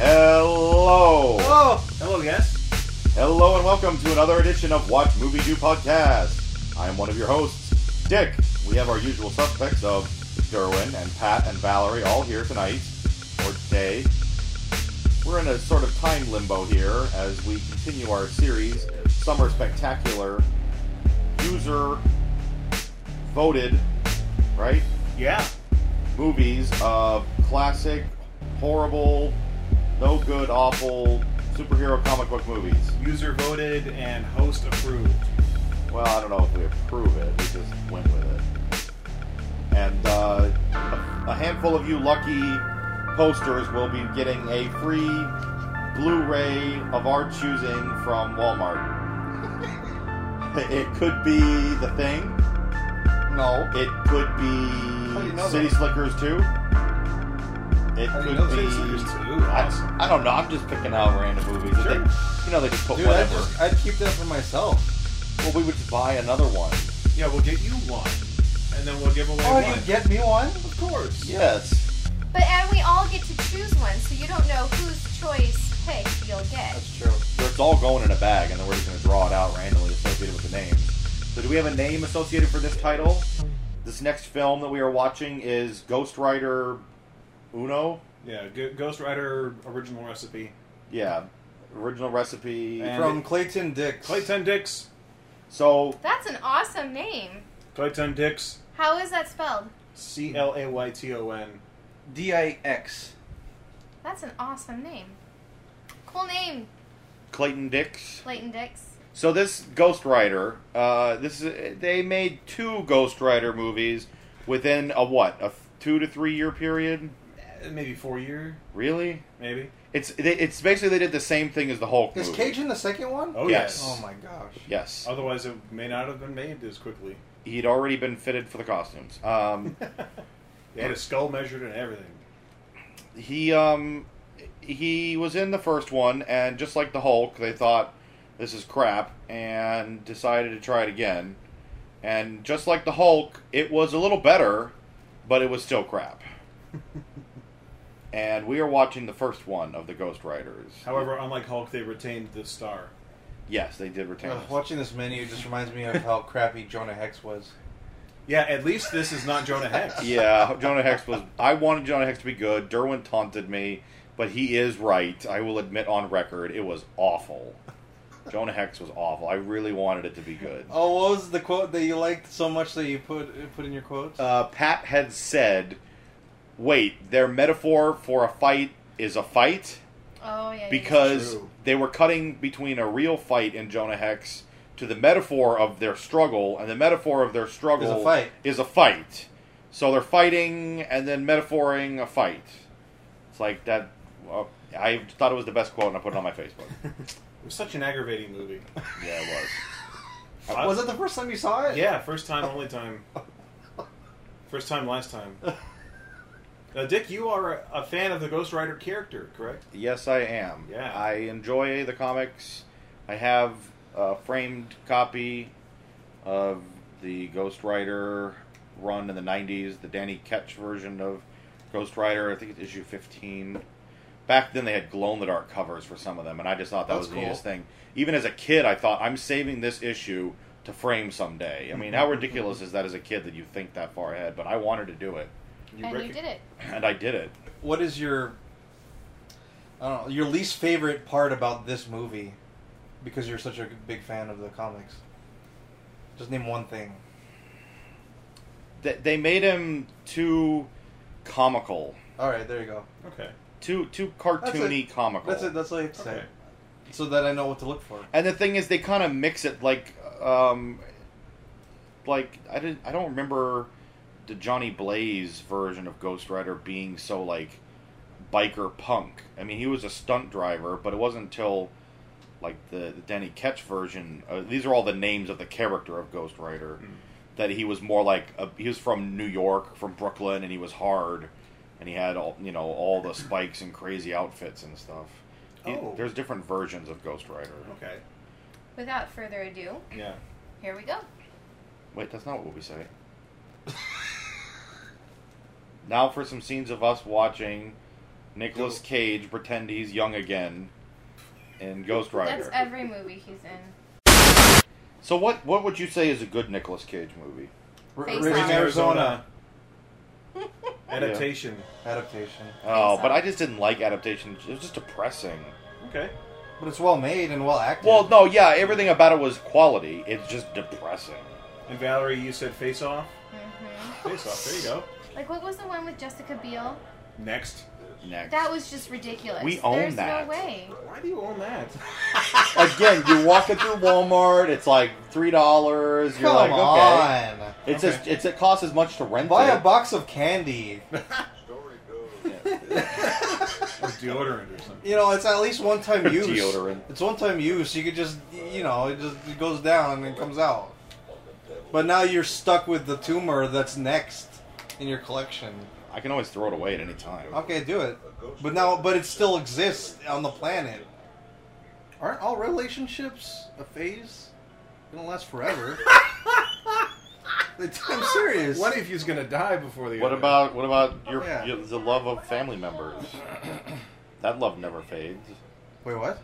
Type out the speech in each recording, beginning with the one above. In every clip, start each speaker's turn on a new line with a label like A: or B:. A: Hello!
B: Hello! Hello, guest.
A: Hello and welcome to another edition of Watch Movie Do Podcast. I am one of your hosts, Dick. We have our usual suspects of Derwin and Pat and Valerie all here tonight, or today. We're in a sort of time limbo here as we continue our series, Summer Spectacular, user voted, right?
B: Yeah.
A: movies of classic, horrible, no good, awful superhero comic book movies.
B: User voted and host approved.
A: Well, I don't know if we approve it. We just went with it. And uh, a a handful of you lucky posters will be getting a free Blu-ray of our choosing from Walmart. it could be The Thing.
C: No.
A: It could
C: How do you
A: be
C: know
A: City
C: that?
A: Slickers 2. It
C: How do
A: could
C: you know
A: be.
C: City
B: Slickers 2? Awesome.
A: I, I don't know. I'm just picking out random movies.
B: Sure.
A: They, you know, they just put
C: Dude, I
A: whatever.
C: just, I'd keep that for myself.
A: Well, we would just buy another one.
B: Yeah, we'll get you one, and then we'll give away
C: Oh,
B: one.
C: you get me one?
B: of course.
A: Yes.
D: But and we all get to choose one, so you don't know whose choice pick you'll get.
C: That's true.
A: So it's all going in a bag, and then we're just going to draw it out randomly associated with the name. So, do we have a name associated for this title? This next film that we are watching is Ghost Rider Uno.
B: Yeah. G- Ghost Rider original recipe.
A: Yeah. Original recipe.
B: And-
C: From Clayton Dix.
B: Clayton Dix.
A: So,
D: That's an awesome name.
B: Clayton Dix.
D: How is that spelled?
B: C L A Y T O N.
C: D I X.
D: That's an awesome name. Cool name,
A: Clayton Dix.
D: Clayton Dix.
A: So this Ghost Rider, uh, this is, they made two Ghost Rider movies within a what a f- two to three year period.
B: Eh, Maybe four year.
A: Really?
B: Maybe.
A: It's they, it's basically they did the same thing as the Hulk.
C: Is
A: movie.
C: Cage in the second one?
B: Oh
A: Yes.
B: yes.
C: Oh my gosh.
A: Yes,
B: Otherwise, it may not have been made as quickly.
A: he'd already been fitted for the costumes. Um,
B: They had a skull measured and everything.
A: he um he was in the first one, and just like the Hulk, they thought this is crap and decided to try it again. And just like the Hulk, it was a little better, but it was still crap. and we are watching the first one of the Ghost Riders.
B: However, unlike Hulk, they retained the star.
A: yes, they did retain.
C: Ugh,
A: this.
C: watching this menu just reminds me of how crappy Jonah Hex was.
B: Yeah. At least this is not Jonah Hex.
A: Yeah, Jonah Hex was. I wanted Jonah Hex to be good. Derwin taunted me, but he is right. I will admit on record, it was awful. Jonah Hex was awful. I really wanted it to be good.
C: Oh, what was the quote that you liked so much that you put put in your quotes?
A: Uh, Pat had said, "Wait, their metaphor for a fight is a fight
D: Oh yeah. yeah,
A: because
B: True.
A: they were cutting between a real fight in Jonah Hex to the metaphor of their struggle, and the metaphor of their struggle
C: Is a fight.
A: is a fight. So they're fighting and then metaphoring a fight. It's like that. Uh, I thought it was the best quote, and I put it on my Facebook.
B: It was such an aggravating movie.
A: yeah, it was.
B: I-
C: was it the first time you saw it?
B: Uh, Yeah, first time, only time. First time, last time. Now, Dick, you are a, a fan of the Ghost Rider character, correct?
A: Yes, I am.
B: Yeah.
A: I enjoy the comics. I have a framed copy of the Ghost Rider run in the 90s, the Danny Ketch version of Ghost Rider. I think it's issue 15. Back then, they had glow in the dark covers for some of them, and I just thought that
C: That's
A: was the
C: cool.
A: neatest thing. Even as a kid, I thought, I'm saving this issue to frame someday. I mean,
C: Mm-hmm.
A: how ridiculous is that as a kid that you think that far ahead? But I wanted to do it,
D: sure. And you did it.
A: and I did it.
C: What is your I don't know, your least favorite part about this movie because you're such a big fan of the comics? Just name one thing.
A: Th- They made him too comical.
C: All right, there you go.
B: Okay.
A: too too cartoony comical.
C: That's it. That's all I have to say.
B: Okay.
C: So that I know what to look for.
A: and the thing is, they kind of mix it like, um, like I didn't. I don't remember the Johnny Blaze version of Ghost Rider being so like biker punk. I mean, he was a stunt driver, but it wasn't until like the, the Danny Ketch version. Uh, these are all the names of the character of Ghost Rider. That he was more like a, he was from New York, from Brooklyn, and he was hard, and he had all you know all the spikes and crazy outfits and stuff. He-
B: Oh.
A: There's different versions of Ghost Rider.
B: Okay.
D: Without further ado,
B: Yeah.
D: here we go.
A: Wait, that's not what we say. now for some scenes of us watching Nicolas Cage pretend he's young again in Ghost Rider.
D: That's every movie he's in.
A: so what what would you say is a good Nicolas Cage movie?
C: R-
D: Face
C: Raising
D: Off.
C: Arizona
B: Adaptation.
C: adaptation,
A: Oh,
D: so.
A: but I just didn't like adaptation. It was just depressing.
B: Okay.
C: but it's well made and well acted.
A: Well, no, yeah, everything about it was quality. It's just depressing.
B: And Valerie, you said face off.
D: hmm
B: Face off. There you go.
D: Like, what was the one with Jessica Biel?
B: Next.
A: Next.
D: That was just ridiculous.
A: We own
D: There's
A: that.
D: no way.
B: Why do you own that?
A: Again, you're walking through Walmart. It's like three dollars. You're like,
C: come
A: okay,
C: on,
A: it's
B: Okay.
A: as, it's it costs as much to rent.
C: buy
A: it.
C: a box of candy.
B: Or deodorant or something.
C: You know, it's at least one time use.
A: Deodorant.
C: It's one time use. You could just, you know, it just it goes down and it comes out. But now you're stuck with the tumor that's next in your collection.
A: I can always throw it away at any time.
C: Okay, do it. But now, but it still exists on the planet. Aren't all relationships a phase? It don't last forever. I'm serious.
B: One of you's gonna die before the
A: What
B: other.
A: about what about your,
C: Oh, Yeah.
A: your the love of family members? that love never fades.
C: Wait, what?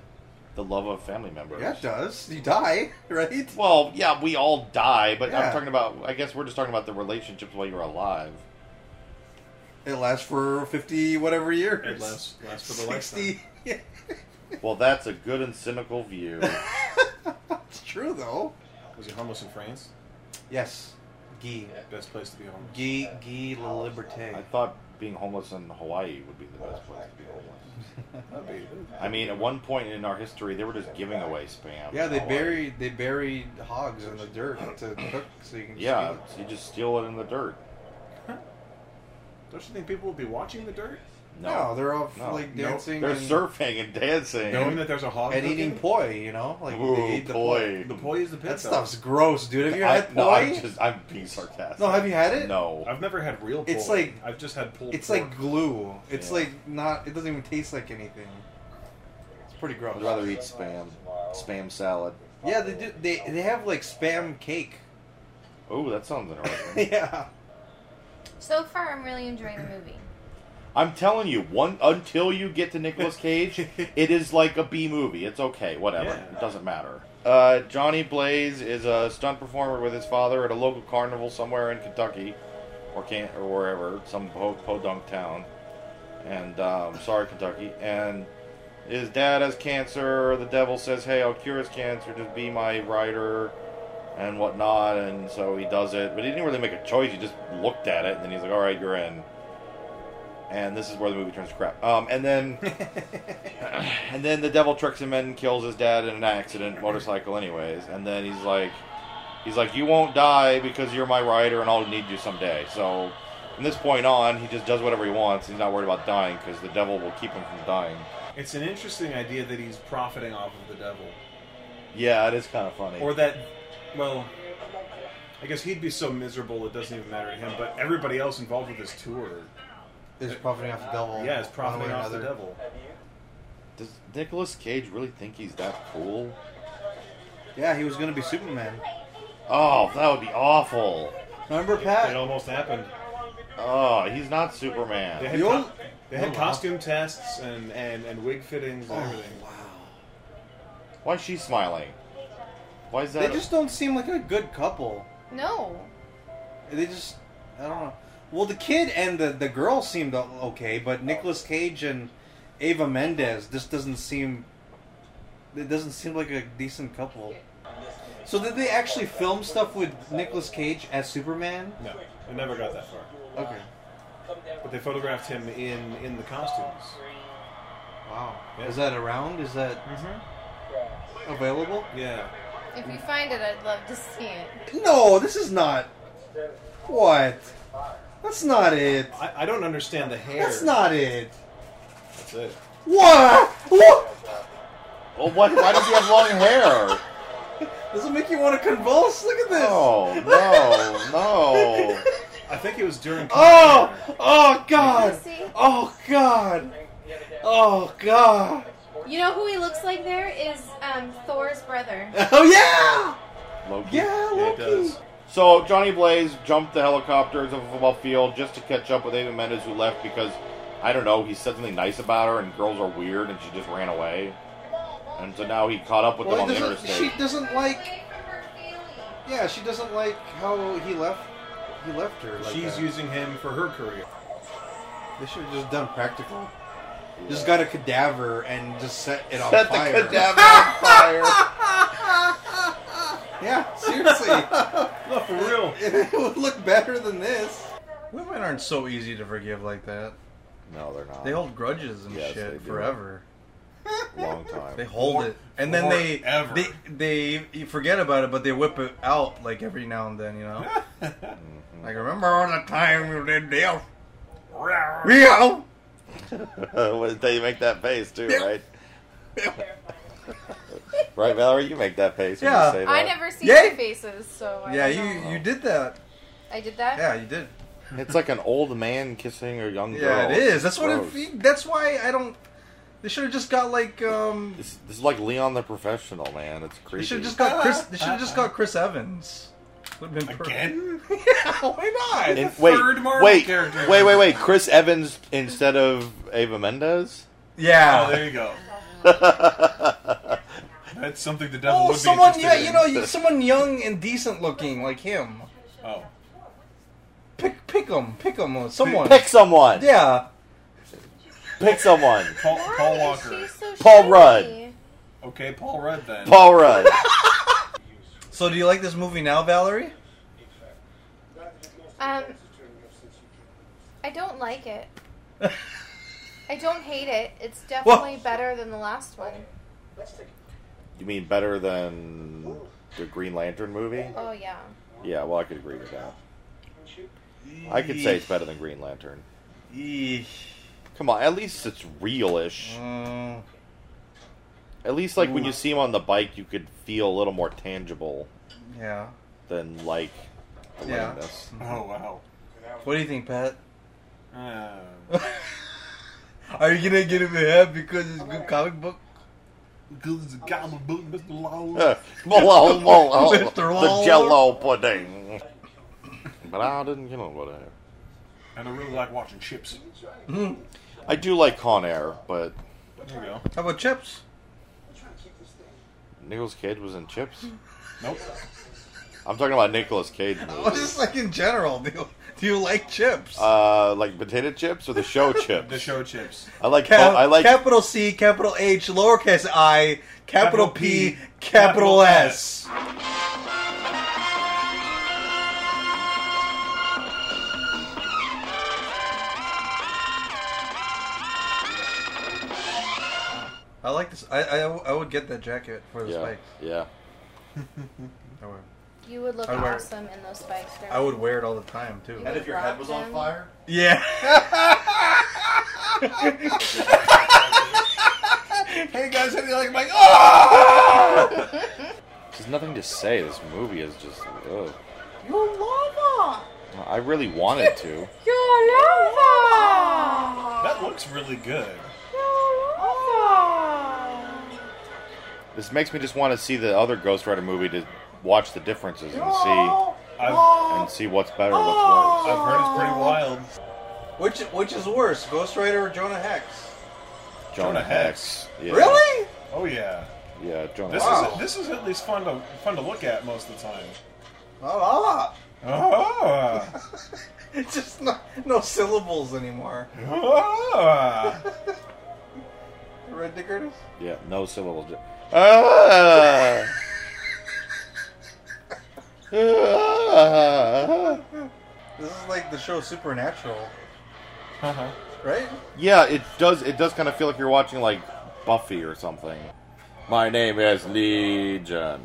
A: The love of family members.
C: Yeah, it does. You die, right?
A: Well, yeah, we all die, but I'm
C: Yeah.
A: talking about. I guess we're just talking about the relationships while you're alive.
C: It lasts for 50 whatever years.
B: It lasts, lasts for the lifetime.
C: 60. Yeah,
A: Well, that's a good and cynical view.
C: it's true, though.
B: Was he homeless in France?
C: Yes. Guy.
B: Best place to be homeless.
C: Guy, Guy La Liberté.
A: I thought being homeless in Hawaii would be the best place to be homeless.
B: That'd be.
A: I mean, at one point in our history, they were just giving away spam.
C: Yeah,
A: in
C: they
A: Hawaii.
C: buried they buried hogs in the dirt to cook, so you can just
A: Yeah,
C: eat
A: you just steal it in the dirt.
B: Don't you think people will be watching the dirt,
C: it. No, they're all
A: No.
C: like
B: Nope.
C: dancing
A: They're
C: and,
A: surfing and dancing.
B: knowing that there's a hog
C: and
B: cooking?
C: eating poi. You know, like
A: Ooh,
C: they eat the
A: poi.
B: The poi is the pit.
C: That
B: though.
C: stuff's gross, dude. Have you
A: I-
C: had poi?
A: no, I'm just I'm being sarcastic.
C: No, have you had it?
A: No.
B: I've never had real.
C: It's
B: poi.
C: like-
B: I've just had pulled.
C: It's
B: pork.
C: like glue. It's
A: Yeah.
C: like not. It doesn't even taste like anything. It's pretty gross.
A: I'd rather eat spam. Spam salad.
C: Yeah, they do. They they have like spam cake.
A: Oh, that sounds interesting.
C: yeah.
D: So far, I'm really enjoying the movie.
A: I'm telling you, one until you get to Nicolas Cage, it is like a B movie. It's okay, whatever.
B: Yeah.
A: It doesn't matter. Uh, Johnny Blaze is a stunt performer with his father at a local carnival somewhere in Kentucky, or can or wherever, some po- podunk town. And um, sorry, Kentucky. And his dad has cancer. The devil says, "Hey, I'll cure his cancer. Just be my rider." And whatnot, and so he does it, but he didn't really make a choice. He just looked at it, and then he's like, "All right, you're in." and this is where the movie turns to crap. Um, and then, and then the devil tricks him and kills his dad in an accident, motorcycle, anyways. And then he's like, he's like, you won't die because you're my rider, and I'll need you someday. So, from this point on, he just does whatever he wants. He's not worried about dying because the devil will keep him from dying.
B: It's an interesting idea that he's profiting off of the devil,
A: Yeah, it is kind of funny.
B: or that, well, I guess he'd be so miserable it doesn't even matter to him. But everybody else involved with this tour,
C: It's profiting off the devil.
B: yeah, is
C: one way
B: profiting
C: or
B: off the
C: another.
B: devil.
A: Does Nicolas Cage really think he's that cool?
C: Yeah, he was gonna be Superman.
A: Oh, that would be awful.
C: Remember
B: It
C: Pat?
B: almost happened.
A: Oh, he's not Superman.
B: They had,
C: The
B: co-
C: only-
B: they had
C: Oh, wow. Oh,
B: costume tests and, and, and wig fittings and everything.
A: Why is she smiling? Why is that?
C: They just don't seem like a good couple.
D: No.
C: They just, I don't know. Well, the kid and the the girl seemed o- okay, but Nicolas Cage and Ava Mendez just doesn't seem. It doesn't seem like a decent couple. So did they actually film stuff with Nicolas Cage as Superman?
B: No, I never got that far.
C: Okay.
B: But they photographed him in, in the costumes.
C: Wow.
B: Yeah.
C: Is that around? Is that
B: Mm-hmm.
C: available?
B: Yeah.
D: If you find it, I'd love to see it.
C: No, this is not. What? That's not it.
B: I, I don't understand the hair.
C: That's not it.
B: That's it.
C: What? What?
A: Well, what, why does he have long hair?
C: Does it make you want to convulse? Look at this.
A: Oh, no, no.
B: I think it was during.
C: Oh! Oh God!
D: Can you see?
C: Oh God! Oh God!
D: You know who he looks like there is um, Thor's brother.
C: Oh yeah!
A: Loki.
C: Yeah,
B: It
C: Loki.
B: does.
A: So Johnny Blaze jumped the helicopters of a football field just to catch up with Ava Mendes, who left because I don't know. He said something nice about her, and girls are weird, and she just ran away. And so now he caught up with them
C: Well,
A: on the
C: doesn't-
A: interstate.
C: she doesn't like.
D: Away from her feelings.
C: Yeah, she doesn't like how he left. He left her. Like
B: She's
C: that.
B: using him for her career.
C: They should have just done practical. Just got a cadaver and just set it on
A: Set the
C: fire.
A: cadaver on fire.
C: Yeah, seriously,
B: No, for real.
C: it would look better than this.
E: Women aren't so easy to forgive like that.
A: No, they're not.
E: They hold grudges and
A: Yes, they
E: shit
A: do.
E: forever.
A: long
E: They
A: time.
E: hold it, and then they
B: forever.
E: they they you forget about it, but they whip it out like every now and then, you know. like remember all the time you did this? Real?
A: they make that face too, right? right, Valerie, you make that face. When
E: Yeah.
A: you say that.
D: I never see
E: Yay!
D: their faces, so I
E: Yeah,
D: don't know.
E: you you did that.
D: I did that.
E: Yeah, you did.
A: It's like an old man kissing a young girl.
E: Yeah, it is. That's what.
A: Gross.
E: It, that's why I don't. They should have just got like um.
A: This, this is like Leon the Professional, man. It's creepy.
E: They should have just got Chris. They should have just got Chris Evans. Would have been perfect.
B: yeah, why not?
A: And- wait,
B: third Marvel
A: wait,
B: character.
A: wait, wait, wait. Chris Evans instead of Ava Mendes.
E: Yeah.
B: Oh, there you go. That's something the devil
E: Oh,
B: would
E: someone,
B: be
E: yeah,
B: interested
E: you know,
B: in.
E: you, someone young and decent looking like him.
B: Oh,
E: Pick, pick him, pick him, someone.
A: Pick someone.
E: Yeah,
A: Pick someone.
B: Paul,
D: Why
B: Paul
D: is
B: Walker.
D: she so
A: Paul
D: shiny?
A: Rudd.
B: Okay, Paul Rudd then.
A: Paul Rudd.
E: So, do you like this movie now, Valerie?
D: Um, I don't like it. I don't hate it. It's definitely better than the last one.
A: You mean better than the Green Lantern movie?
D: Oh yeah.
A: Yeah. Well, I could agree with that. I could say it's better than Green Lantern.
E: Eesh.
A: Come on, at least it's realish.
E: Mm,
A: At least, like when you see him on the bike, you could feel a little more tangible
E: yeah.
A: than like. the
E: Yeah.
A: lameness.
B: Oh wow.
E: What do you think, Pat?
B: Uh,
E: Are you gonna get him a hat because it's a good comic book?
B: Goose gobbledygook, Mr. Law.
A: Uh, Malone, Malone,
E: Mr.
A: the
E: Lawler.
A: Jello pudding. But I didn't get on whatever.
B: and I really like watching chips.
A: I do like Con Air, but
B: There you go.
E: How about chips?
A: Nicolas Cage was in Chips.
B: Nope.
A: I'm talking about Nicolas Cage
E: Oh,
A: movies.
E: just like in general, do you, do you like chips?
A: Uh, like potato chips or the show chips.
B: The show chips.
A: I like.
E: Cap-
A: bo- I like.
E: capital C, capital H, lowercase I, capital,
B: Capital
E: P,
B: P,
E: capital
B: capital
E: S. I like this. I, I, I would get that jacket for the
A: yeah,
E: spikes.
A: yeah.
E: I would,
D: You would look
E: I'd wear it.
D: awesome in those spikes. They're
E: I would wear it all the time too.
D: And if your head was on fire?
E: Yeah.
B: Hey guys, how do you like my? Oh!
A: There's nothing to say. This movie is just. Ugh. I really wanted to.
B: That looks really good.
A: This makes me just want to see the other Ghost Rider movie to watch the differences and see
B: I've,
A: and see what's better, what's worse.
B: I've heard it's pretty wild.
C: Which which is worse, Ghost Rider or Jonah Hex?
A: Jonah
B: Uh, Jonah
A: Hex.
B: Hex.
A: Yeah.
C: Really?
B: Oh yeah.
A: Yeah, Jonah.
B: This
A: Hex.
C: Wow.
B: is this is at least fun to fun to look at most of the time.
E: Oh,
C: Ah,
B: Ah,
C: it's just not, no syllables anymore.
B: ah.
C: Red Dick Curtis?
A: Yeah, no syllables. Ju- Ah! Ah!
C: This is like the show Supernatural,
B: Uh-huh.
C: right?
A: yeah, it does. It does kind of feel like you're watching like Buffy or something. My name is Legion.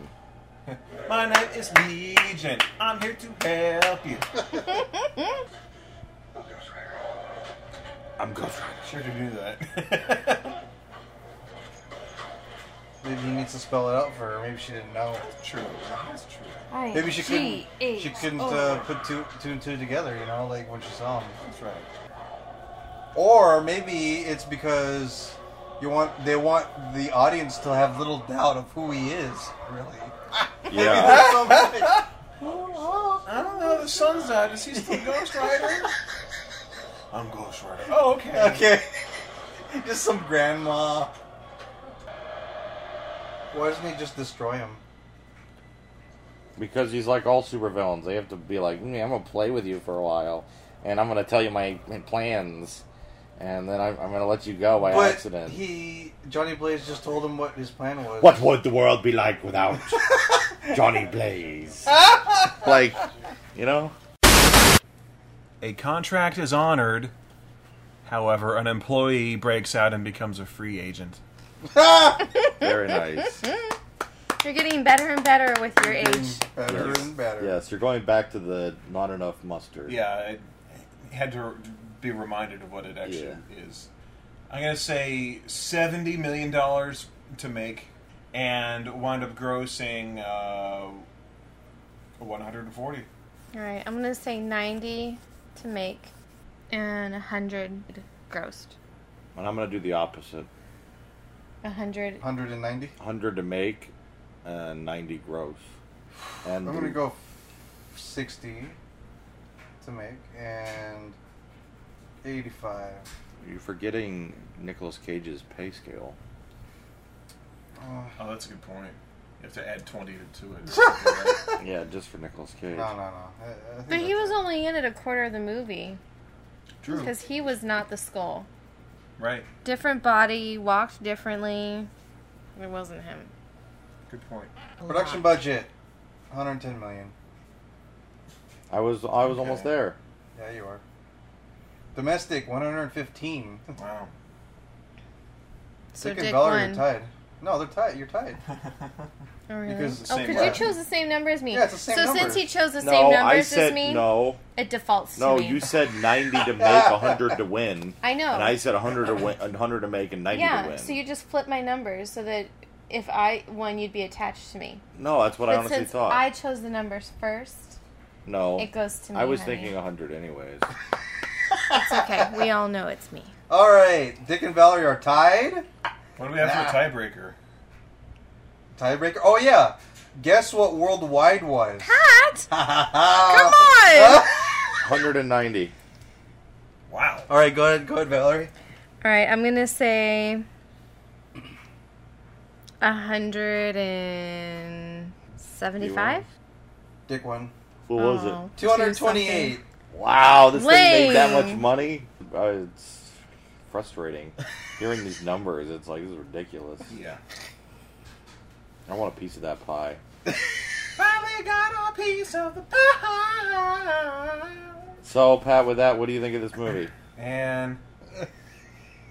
B: My name is Legion. I'm here to help you.
A: I
B: I'm Ghost Rider.
C: Sure to do that. Maybe he needs to spell it out for her. Maybe she didn't know.
F: True. That's true.
D: I
C: Maybe she couldn't.
D: G
C: She
D: H
C: couldn't
D: O.
C: uh, put two, two and two together. You know, like when she saw him.
F: That's right.
C: Or maybe it's because you want they want the audience to have little doubt of who he is. Really?
G: Yeah.
F: I don't know. The sun's out. Is he still Ghost Rider? I'm Ghost Rider. Oh, okay.
C: Okay. just some grandma. Why doesn't he just destroy him?
A: Because he's like all supervillains. They have to be like, "Mm, I'm going to play with you for a while, and I'm going to tell you my, my plans, and then I'm, I'm going to let you go by
C: but
A: accident.
C: he Johnny Blaze just told him what his plan was.
A: What would the world be like without Johnny Blaze? like, you know?
B: A contract is honored. However, an employee breaks out and becomes a free agent.
A: Very nice.
D: You're getting better and better with your age.
C: Better and better.
A: Yes, you're going back to the not enough mustard.
B: Yeah, I had to be reminded of what it actually is. I'm gonna say seventy million dollars to make, and wound up grossing uh, one hundred and forty.
D: All right, I'm gonna say 90 to make, and 100 grossed.
A: And I'm going to do the opposite
D: 100.
C: 190.
A: 100 to make and 90 gross. And
C: I'm gonna go f- 60 to make and 85.
A: You're forgetting Nicolas Cage's pay scale.
C: Oh,
B: Oh, that's a good point. You have to add twenty to- to it. or something, right?
A: Yeah, just for Nicolas Cage.
C: no, no, no. I- I think
D: But he
C: that's
D: was
C: it.
D: only in it a quarter of the movie
C: Drew.
D: because he was not the skull.
B: right.
D: Different body, walked differently. It wasn't him.
B: Good point.
C: Production budget 110 million.
A: I was I was almost there.
C: Yeah, you are. Domestic 115.
B: Wow.
D: So
C: Dick
D: Dick
C: and Valerie
D: won.
C: are tied. No, they're tied. You're tied.
D: Oh, really?
C: Because it's the
D: oh,
B: same
D: because you
B: number.
D: chose the same number as me.
C: Yeah, it's the same
D: so
C: number.
D: since he chose the same numbers as me,
A: no.
D: it defaults
A: No,
D: to me.
A: you said 90 to make, 100 to win.
D: I know.
A: And I said 100 to win, 100 to make and 90 to
D: yeah,
A: win.
D: so you just flip my numbers so that if I won, you'd be attached to me.
A: no, that's what I
D: but
A: honestly
D: since
A: thought.
D: I chose the numbers first,
A: no.
D: it goes to me.
A: I was
D: honey.
A: thinking 100 anyways.
D: It's okay. We all know it's me.
C: All right, Dick and Valerie are tied.
B: What do we have for a tiebreaker?
C: Tiebreaker. Oh yeah. Guess what worldwide was?
D: Pat, come
C: Come
D: on!
A: 190.
B: Wow.
C: All right, go ahead, go ahead, Valerie.
D: All right, I'm gonna say a hundred and seventy-five.
C: Dick won.
A: What was
D: Oh,
A: it?
D: two
C: 228.
D: something.
A: Wow, this thing made that
D: Lame.
A: much money? Uh, it's frustrating. Hearing these numbers, it's like, this is ridiculous.
B: Yeah.
A: I want a piece of that pie.
B: Finally got a piece of the pie.
A: So, Pat, with that, what do you think of this movie?
B: and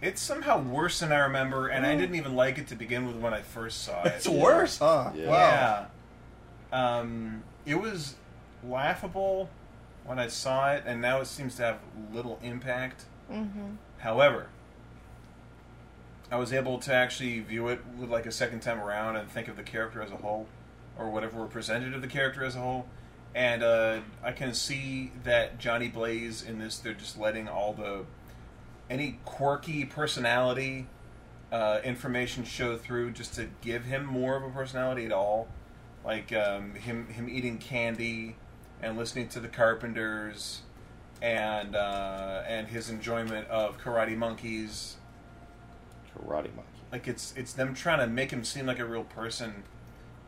B: it's somehow worse than I remember, and I didn't even like it to begin with when I first saw it.
C: It's worse, huh?
A: Yeah.
C: Wow.
B: Yeah. Um, it was laughable when I saw it, and now it seems to have little impact.
D: Mhm.
B: However, I was able to actually view it with like a second time around and think of the character as a whole, or whatever were presented of the character as a whole. And uh, I can see that Johnny Blaze in this, they're just letting all the any quirky personality uh, information show through just to give him more of a personality at all, like um, him him eating candy and listening to the Carpenters and uh, and his enjoyment of karate monkeys.
A: Karate Monkey.
B: Like it's it's them trying to make him seem like a real person,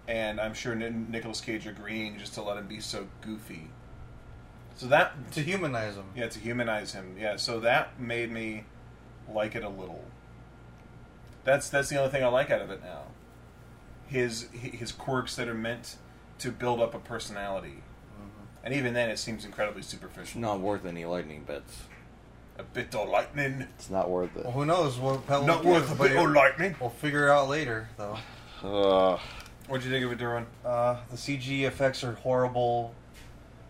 B: and I'm sure N- Nicolas Cage agreeing just to let him be so goofy. So that
C: To humanize him.
B: yeah to humanize him yeah. So that made me like it a little. That's that's the only thing I like out of it now. His his quirks that are meant to build up a personality, and even then it seems incredibly
A: It's
B: superficial.
A: not worth any lightning bits.
B: A bit of lightning.
A: It's not worth it.
C: Well, who knows what Pella
B: Not worth a
C: but
B: bit of lightning.
C: We'll figure it out later, though.
A: Ugh.
B: What'd you think of it, Derwin?
C: Uh, the CG effects are horrible.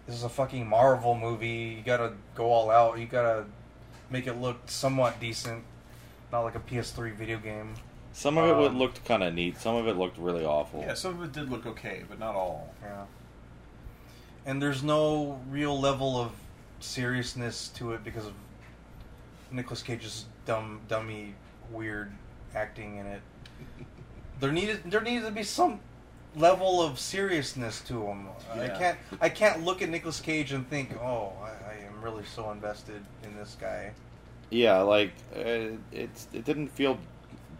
C: This is a fucking Marvel movie. You gotta go all out. You gotta make it look somewhat decent, not like a PS3 video game.
A: Some of it would-
C: Um,
A: looked kind of neat. Some of it looked really awful.
B: Yeah, some of it did look okay, but not all.
C: Yeah. And there's no real level of seriousness to it because of Nicolas Cage's dumb, dummy, weird acting in it. There needed there needed to be some level of seriousness to him. I
B: Yeah.
C: can't I can't look at Nicolas Cage and think, oh, I, I am really so invested in this guy.
A: Yeah, like uh, it's it didn't feel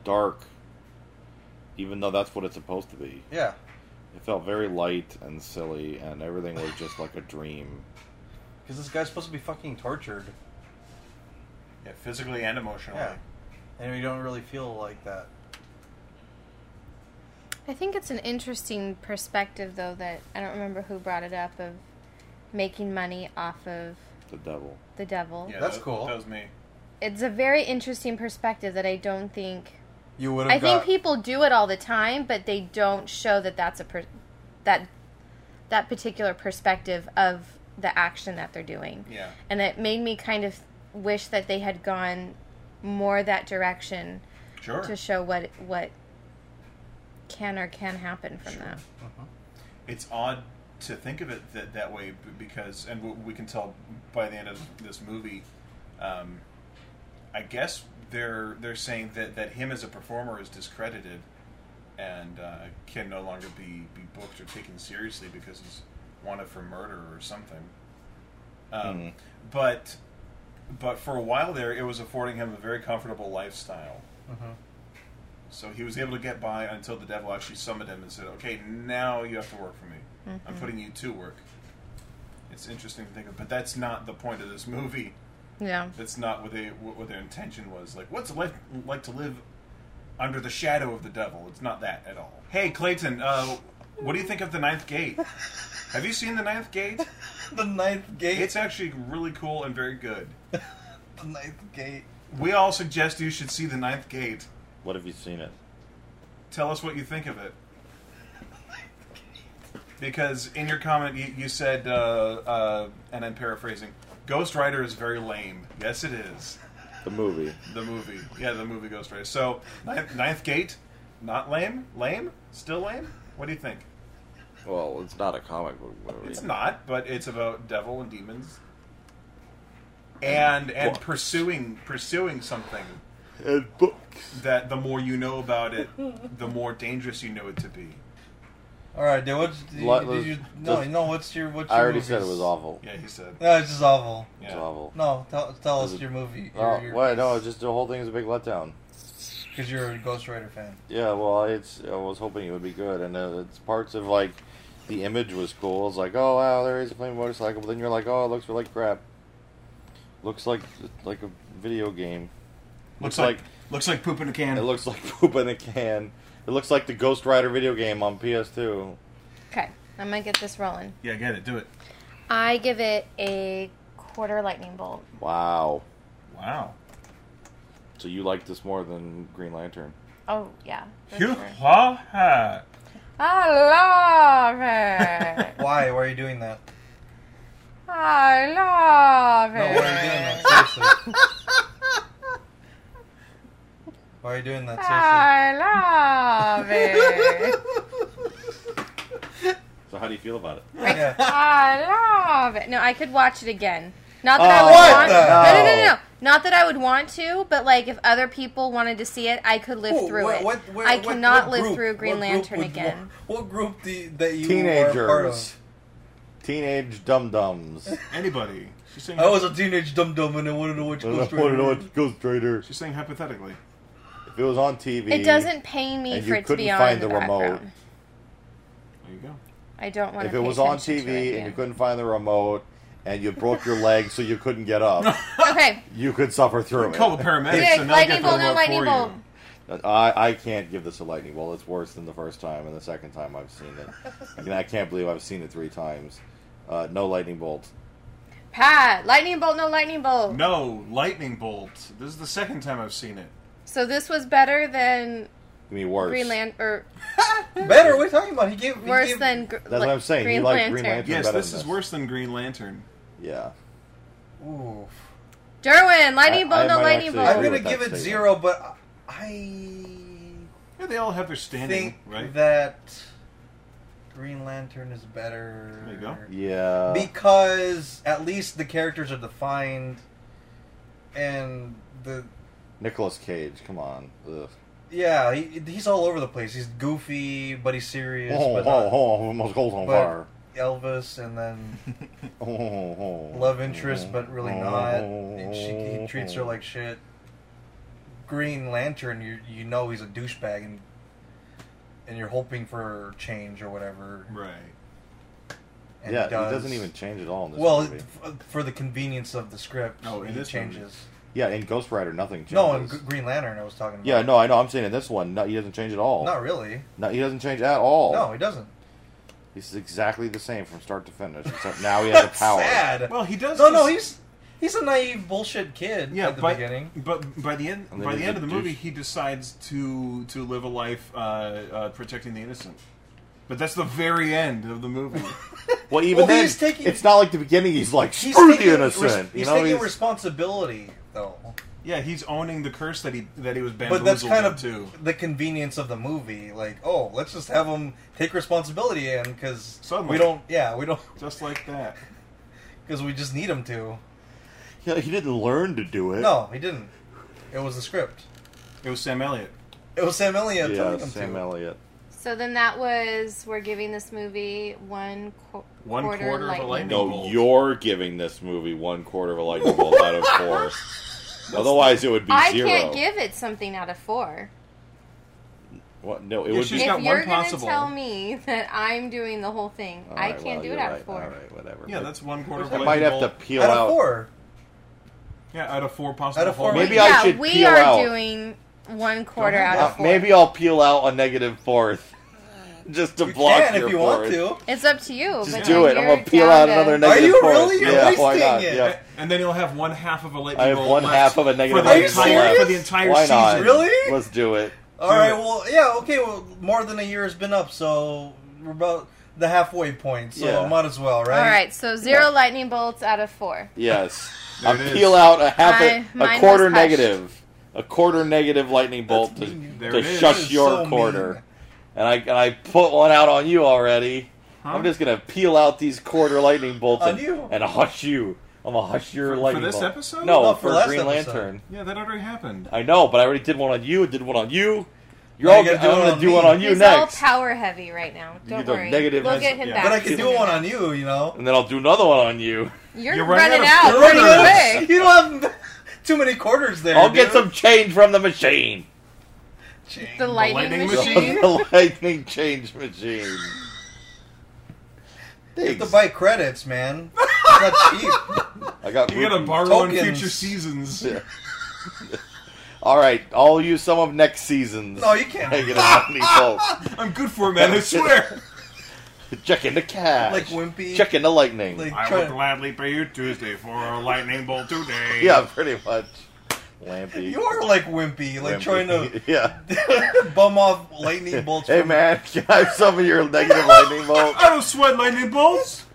A: dark, even though that's what it's supposed to be.
C: Yeah.
A: It felt very light and silly, and everything was just like a dream.
C: Because this guy's supposed to be fucking tortured.
B: Yeah, physically and emotionally.
C: Yeah. And we don't really feel like that.
D: I think it's an interesting perspective, though, that I don't remember who brought it up of making money off of
A: The devil.
D: the devil.
B: Yeah,
C: That's
B: that-
C: cool.
B: That was me.
D: It's a very interesting perspective that I don't think.
C: You would
D: I
C: have got
D: think people do it all the time, but they don't show that that's a per- that that particular perspective of the action that they're doing.
B: Yeah.
D: and it made me kind of wish that they had gone more that direction
B: Sure.
D: to show what what can or can happen from that.
B: it's odd to think of it that, that way b- because, and w- we can tell by the end of this movie, um, I guess they're they're saying that, that him as a performer is discredited and uh, can no longer be, be booked or taken seriously because he's wanted for murder or something. Um,
A: Mhm.
B: But but for a while there, it was affording him a very comfortable lifestyle. So he was able to get by until the devil actually summoned him and said, "Okay, now you have to work for me. I'm putting you to work." It's interesting to think of, but that's not the point of this movie.
D: Yeah.
B: That's not what they what, what their intention was. Like, what's it like, like to live under the shadow of the devil? It's not that at all. Hey, Clayton, uh, what do you think of the Ninth Gate? have you seen the Ninth Gate?
C: the ninth gate.
B: It's actually really cool and very good.
C: the ninth gate.
B: We all suggest you should see the Ninth Gate.
A: What have you seen it?
B: Tell us what you think of it. Because in your comment, you, you said, uh, uh, and I'm paraphrasing, Ghost Rider is very lame. Yes, it is.
A: The movie.
B: The movie. Yeah, the movie Ghost Rider. So, Ninth, ninth Gate, not lame? Lame? Still lame? What do you think?
A: Well, it's not a comic book movie.
B: It's not, but it's about devil and demons. And and
A: Books.
B: pursuing pursuing something
A: And books.
B: that the more you know about it, the more dangerous you know it to be.
C: All right, dude. What's did you,
A: Let-
C: did you-
A: let's-
C: no,
A: let's-
C: no? What's your what's your
A: I already
C: movies?
A: said it was awful.
B: Yeah, he said.
C: No, it's just awful.
A: It's
B: Yeah.
A: awful.
C: No, tell, tell us
A: Was it-
C: your movie.
A: Oh,
C: Your, your,
A: wait, no, it's just the whole thing is a big letdown.
C: because you're a Ghost Rider fan.
A: Yeah, well, it's I was hoping it would be good, and uh, it's parts of like the image was cool. It's like, oh wow, there is a playing motorcycle, but then you're like, oh, it looks like crap. Looks like like a video game.
B: Looks like, looks like poop in a can.
A: it looks like poop in a can. It looks like the Ghost Rider video game on PS2.
D: Okay, I'm gonna get this rolling.
B: yeah, get it. Do it.
D: I give it a quarter lightning bolt.
A: Wow.
B: Wow.
A: So you like this more than Green Lantern?
D: Oh yeah. for
B: You
D: sure.
B: ha ha.
D: I love it.
C: Why? Why are you doing that?
D: I love
C: No, why are you doing
D: it.
C: that? Seriously. Why are you doing
D: Ah.
C: that?
D: I love it.
A: So how do you feel about it?
C: Seriously. yeah.
D: I love it. No, I could watch it again. Not that
A: Oh,
D: I would
A: what
D: want.
A: the
D: No, no, no,
A: hell?
D: no. Not that I would want to, but like if other people wanted to see it, I could live
C: Who?
D: through
C: What-
D: it.
C: what- where-
D: I
C: what-
D: cannot
C: what
D: live
C: group-
D: through Green
C: what group
D: Lantern
C: would-
D: again.
C: What, what group do you, that you were a part
A: Teenagers.
C: of?
A: Teenage dum dums.
B: Anybody? She's saying.
C: I was a teenage dum dum and I wanted to watch
A: I want
C: Ghost
A: to
C: Rider.
A: know it's Ghost Rider.
B: She's saying hypothetically.
A: If it was on TV,
D: It doesn't pay me
A: And
D: for
A: you
D: it to be
A: couldn't
D: on
A: find
D: in the,
A: the remote.
D: background.
B: There you go.
D: I don't want
A: if
D: to.
A: it
D: pay
A: was on
D: attention
A: TV
D: to it,
A: and you
D: yeah.
A: couldn't find the remote and you broke your leg so you couldn't get up,
D: Okay,
A: you could suffer through
B: Call the
A: it.
B: paramedics
D: Dick,
B: and they'll
D: lightning
B: get
D: bolt,
B: the
D: no
B: remote
D: lightning
B: for
D: bolt.
B: you.
A: I, I can't give this a lightning bolt. It's worse than the first time and the second time I've seen it. I, mean, I can't believe I've seen it three times. Uh, no lightning bolt.
D: Pat, lightning bolt, no lightning bolt.
B: No lightning bolt. This is the second time I've seen it.
D: So this was better than
A: I mean, worse.
D: Green Lan- or
C: Better. What are you talking about? He gave he
D: worse
C: gave-
D: than gr-
A: That's what I'm saying. You
D: Green
A: like
D: Lantern.
A: Green Lantern.
B: Yes,
A: better
B: this
A: than
B: is
A: this.
B: worse than Green Lantern.
A: Yeah.
C: Oof.
D: Derwin, lightning
A: I- I
D: bolt, no
A: might
D: lightning
A: actually
D: bolt.
C: I'm
A: agree
C: gonna
A: with that
C: give it
A: statement.
C: zero, but I
B: Yeah, they all have their standing,
C: think
B: right?
C: that Green Lantern is better.
B: There you go.
A: Yeah.
C: Because at least the characters are defined, and the
A: Nicholas Cage, come on. Ugh.
C: yeah, he, he's all over the place. He's goofy, but he's serious.
A: Oh, oh,
C: but not
A: oh, almost goes on
C: but-
A: fire.
C: Elvis, and then
A: Oh, oh, oh.
C: love interest, but really
A: Oh,
C: not.
A: oh,
C: And she, he treats her like shit. Green Lantern, you you know he's a douchebag, and and you're hoping for change or whatever.
B: Right.
C: And
A: Yeah,
C: he, does.
A: he doesn't even change at all in this
C: Well,
A: movie.
C: f- for the convenience of the script,
B: Oh, in
C: he
B: this
C: changes.
B: movie.
A: Yeah, in Ghost Rider, nothing changes.
C: No, in G- Green Lantern, I was talking about.
A: yeah, no, I know. I'm saying in this one, no, he doesn't change at all.
C: Not really.
A: No, he doesn't change at all.
C: No, he doesn't.
A: He's exactly the same from start to finish, except now he has a power.
C: Sad.
B: Well, he does.
C: no, no,
B: this-
C: he's he's a naive bullshit kid
B: yeah,
C: at the
B: by,
C: beginning.
B: But by the end,
A: And then
B: by the
A: he's
B: end
A: a
B: of the movie,
A: douche.
B: he decides to to live a life uh, uh, protecting the innocent. But that's the very end of the movie.
A: Well, even
C: Well,
A: then,
C: he's taking-
A: it's not like the beginning. He's like
C: He's
A: screw
C: taking
A: the
C: res-
A: innocent.
C: he's
A: you know,
C: taking
A: he's,
C: responsibility though.
B: yeah, he's owning the curse that he that he was
C: But
B: bamboozled
C: that's kind of
B: into.
C: the convenience of the movie. Like, oh, let's just have him take responsibility in because
B: Suddenly.
C: we don't. Yeah, we don't
B: Just like that.
C: because we just need him to.
A: yeah, he didn't learn to do it.
C: No, he didn't. It was the script.
B: It was Sam Elliott.
C: It was Sam Elliott
A: yeah,
C: telling him
A: Sam
C: to.
A: Elliott.
D: So then that was we're giving this movie one, qu-
B: One
D: quarter,
B: quarter of a
D: lightning.
B: lightning
D: bolt.
B: bolt. Bold.
A: you're giving this movie one quarter of a lightning bolt out of four. Otherwise, it would be
D: I can't give it something out of four.
A: What? No, it
B: Yeah, she's
D: if
B: got one
D: you're gonna
B: possible.
D: tell me that I'm doing the whole thing,
A: All
D: I
A: right,
D: can't
A: well,
D: do
A: you're
D: it out
A: right,
D: of four.
A: All right, whatever.
B: Yeah, that's one quarter of a
A: I
B: lightning
A: might have
B: bolt.
A: to peel
C: Out of
A: out.
C: four.
B: Yeah, out of four possible.
C: Out of four,
B: holes.
A: Maybe I
D: yeah,
A: should
D: we
A: peel
D: are
A: out.
D: doing one quarter out
A: Uh,
D: of four.
A: maybe I'll peel out a negative fourth just to
C: You
A: block
C: can
A: your
C: if you
A: fourth.
C: want to.
D: it's up to you.
A: Just
D: but
A: do
D: when
A: it. I'm
D: you're
A: gonna peel
D: down
A: out
D: to-
A: another negative
C: you
A: fourth.
C: really? You're
A: yeah, why
C: wasting
A: not?
C: it.
A: Yeah.
B: And then he'll have one half of a lightning
A: I have
B: bolt
A: one
B: left
A: half of a negative
B: for the
C: Are you
B: entire, for the
C: serious?
B: entire
A: Why
B: season.
A: not?
C: Really?
A: Let's do it.
C: All right. Well, yeah. Okay. Well, more than a year has been up, so we're about the halfway point. So
A: Yeah.
C: might as well, right?
D: All right, so zero
A: Yeah.
D: lightning bolts out of four.
A: Yes.
B: There
A: I
B: it is.
A: peel out a half
D: I-
A: a, a
D: mine
A: quarter
D: was hushed.
A: negative. A quarter negative lightning bolt to,
C: mean.
B: There
A: to
B: it is.
C: That
A: shush
C: is
A: your
C: so mean.
A: quarter. And I and I put one out on you already.
B: Huh?
A: I'm just gonna peel out these quarter lightning bolts
C: On
A: and,
C: you.
A: and hush you. I'm gonna hush your
B: For- for
A: lightning
B: this
A: bolt.
B: episode?
A: No,
C: No, for
A: for,
C: last
A: Green
C: episode.
A: Lantern.
B: Yeah, that already happened.
A: I know, but I already did one on you. Did one on you. You're
C: Now
A: all
C: you
A: gonna do,
C: gotta
A: I'm
C: do it
A: gonna
C: on
A: do
C: me.
A: one on you
D: He's
A: next,
D: all power heavy right now.
A: You
D: Don't
A: don't
D: worry.
A: negative-
D: we'll get him
B: Yeah.
D: back.
C: But I can
D: We'll
C: do
D: get him
C: one
D: back.
C: on you. You know.
A: and then I'll do another one on you.
D: You're,
B: You're running
D: running,
B: out
D: out,
B: of
D: pretty
B: quarters.
D: quick.
C: you don't have too many quarters there.
A: I'll get
C: dude.
A: some change from the machine.
C: Jeez.
D: The lightning,
B: lightning
D: machine.
B: machine?
A: the lightning change machine.
C: You have to
A: Thanks.
C: buy credits, man. It's not cheap.
A: I got
B: You gotta
A: rupees.
B: borrow in
C: Tokens.
B: future seasons.
A: Yeah. All right, I'll use some of next season's.
C: No, you can't.
A: Negative lightning bolt.
B: I'm good for it, man. I swear.
A: Checking the cash.
C: Like Wimpy.
A: Checking the lightning.
C: Like
B: I would
C: try-
B: gladly pay you Tuesday for a lightning bolt today.
A: yeah, pretty much. Lampy.
C: you are like wimpy, like
A: Lampy.
C: trying to
A: yeah.
C: bum off lightning bolts.
A: Hey
C: from-
A: man, can I have some of your negative lightning bolt?
B: I don't sweat lightning bolts.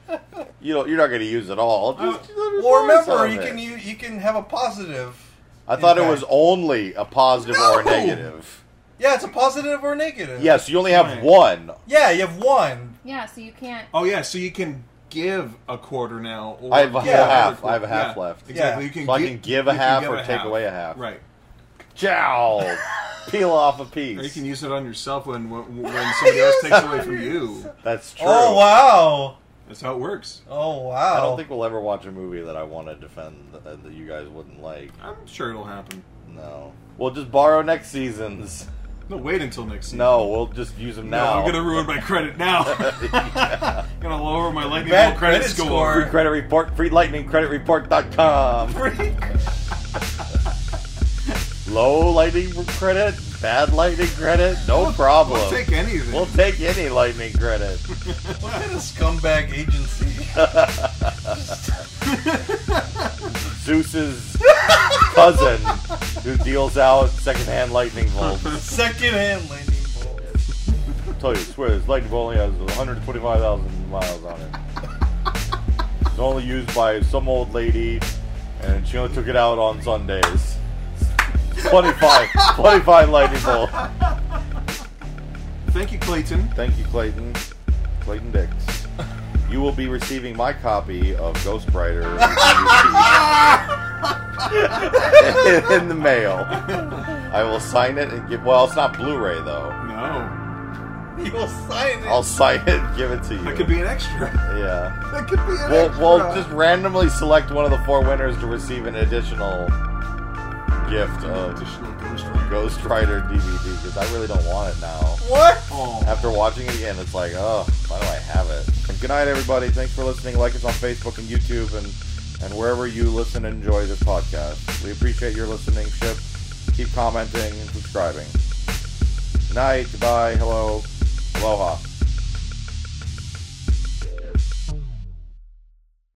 A: You don't. You're not going to use it all. Just,
C: Well, remember,
A: some
C: you
A: of it.
C: can you, you can have a positive.
A: I thought it
C: impact.
A: was only a positive or a
C: No!
A: negative.
C: Yeah, it's a positive or a negative.
A: Yes, you only have
B: Right.
A: one.
C: Yeah, you have one.
D: Yeah, so you can't.
B: Oh yeah, so you can give a quarter now. Or
A: I have a
B: give
A: whole
B: another
A: half.
B: quarter.
A: I have a half
B: Yeah,
A: left.
B: Exactly.
C: Yeah.
B: You can
A: So I
B: gi-
A: can give a
B: you
A: half
B: give
A: or take away a half.
B: Right.
A: Jowl. Peel off a piece.
B: Or you can use it on yourself when when, when somebody else takes it away from you.
A: That's true.
C: Oh wow!
B: That's how it works.
C: Oh wow!
A: I don't think we'll ever watch a movie that I want to defend th- uh, that you guys wouldn't like.
B: I'm sure it'll happen.
A: No. We'll just borrow next season's.
B: No, wait until next season.
A: No, we'll just use them now.
B: I'm gonna ruin my credit now. gonna lower my lightning
C: Bad
B: bolt credit,
C: credit
B: score.
C: score.
A: Credit report, free lightning credit report.com. Low lightning credit, bad lightning credit, no problem.
B: I'll take anything.
A: We'll take any lightning credit.
C: what kind of scumbag agency?
A: Zeus's cousin who deals out secondhand lightning bolts.
C: Secondhand lightning bolts.
A: tell you, I swear, this lightning bolt only has 125,000 miles on it. It's only used by some old lady and she only took it out on Sundays. Plenty fine, plenty fine lightning bolt.
B: Thank you, Clayton.
A: Thank you, Clayton. Clayton Dix. You will be receiving my copy of Ghost Rider in the mail. I will sign it and give. Well, it's not Blu-ray though.
B: No,
C: You'll sign it.
A: I'll sign it and give it to you.
B: that could be an extra.
A: Yeah.
B: That could be an
A: We'll,
B: extra.
A: we'll just randomly select one of the four winners to receive an additional gift of
B: Additional Ghost Rider.
A: Ghost Rider DVD because I really don't want it now.
C: what?
B: Oh,
A: After watching it again, it's like, oh, why do I have it? And good night, everybody. Thanks for listening. Like us on Facebook and YouTube and, and wherever you listen and enjoy this podcast. We appreciate your listening, ship. Keep commenting and subscribing. Good night. Goodbye. Hello. Aloha.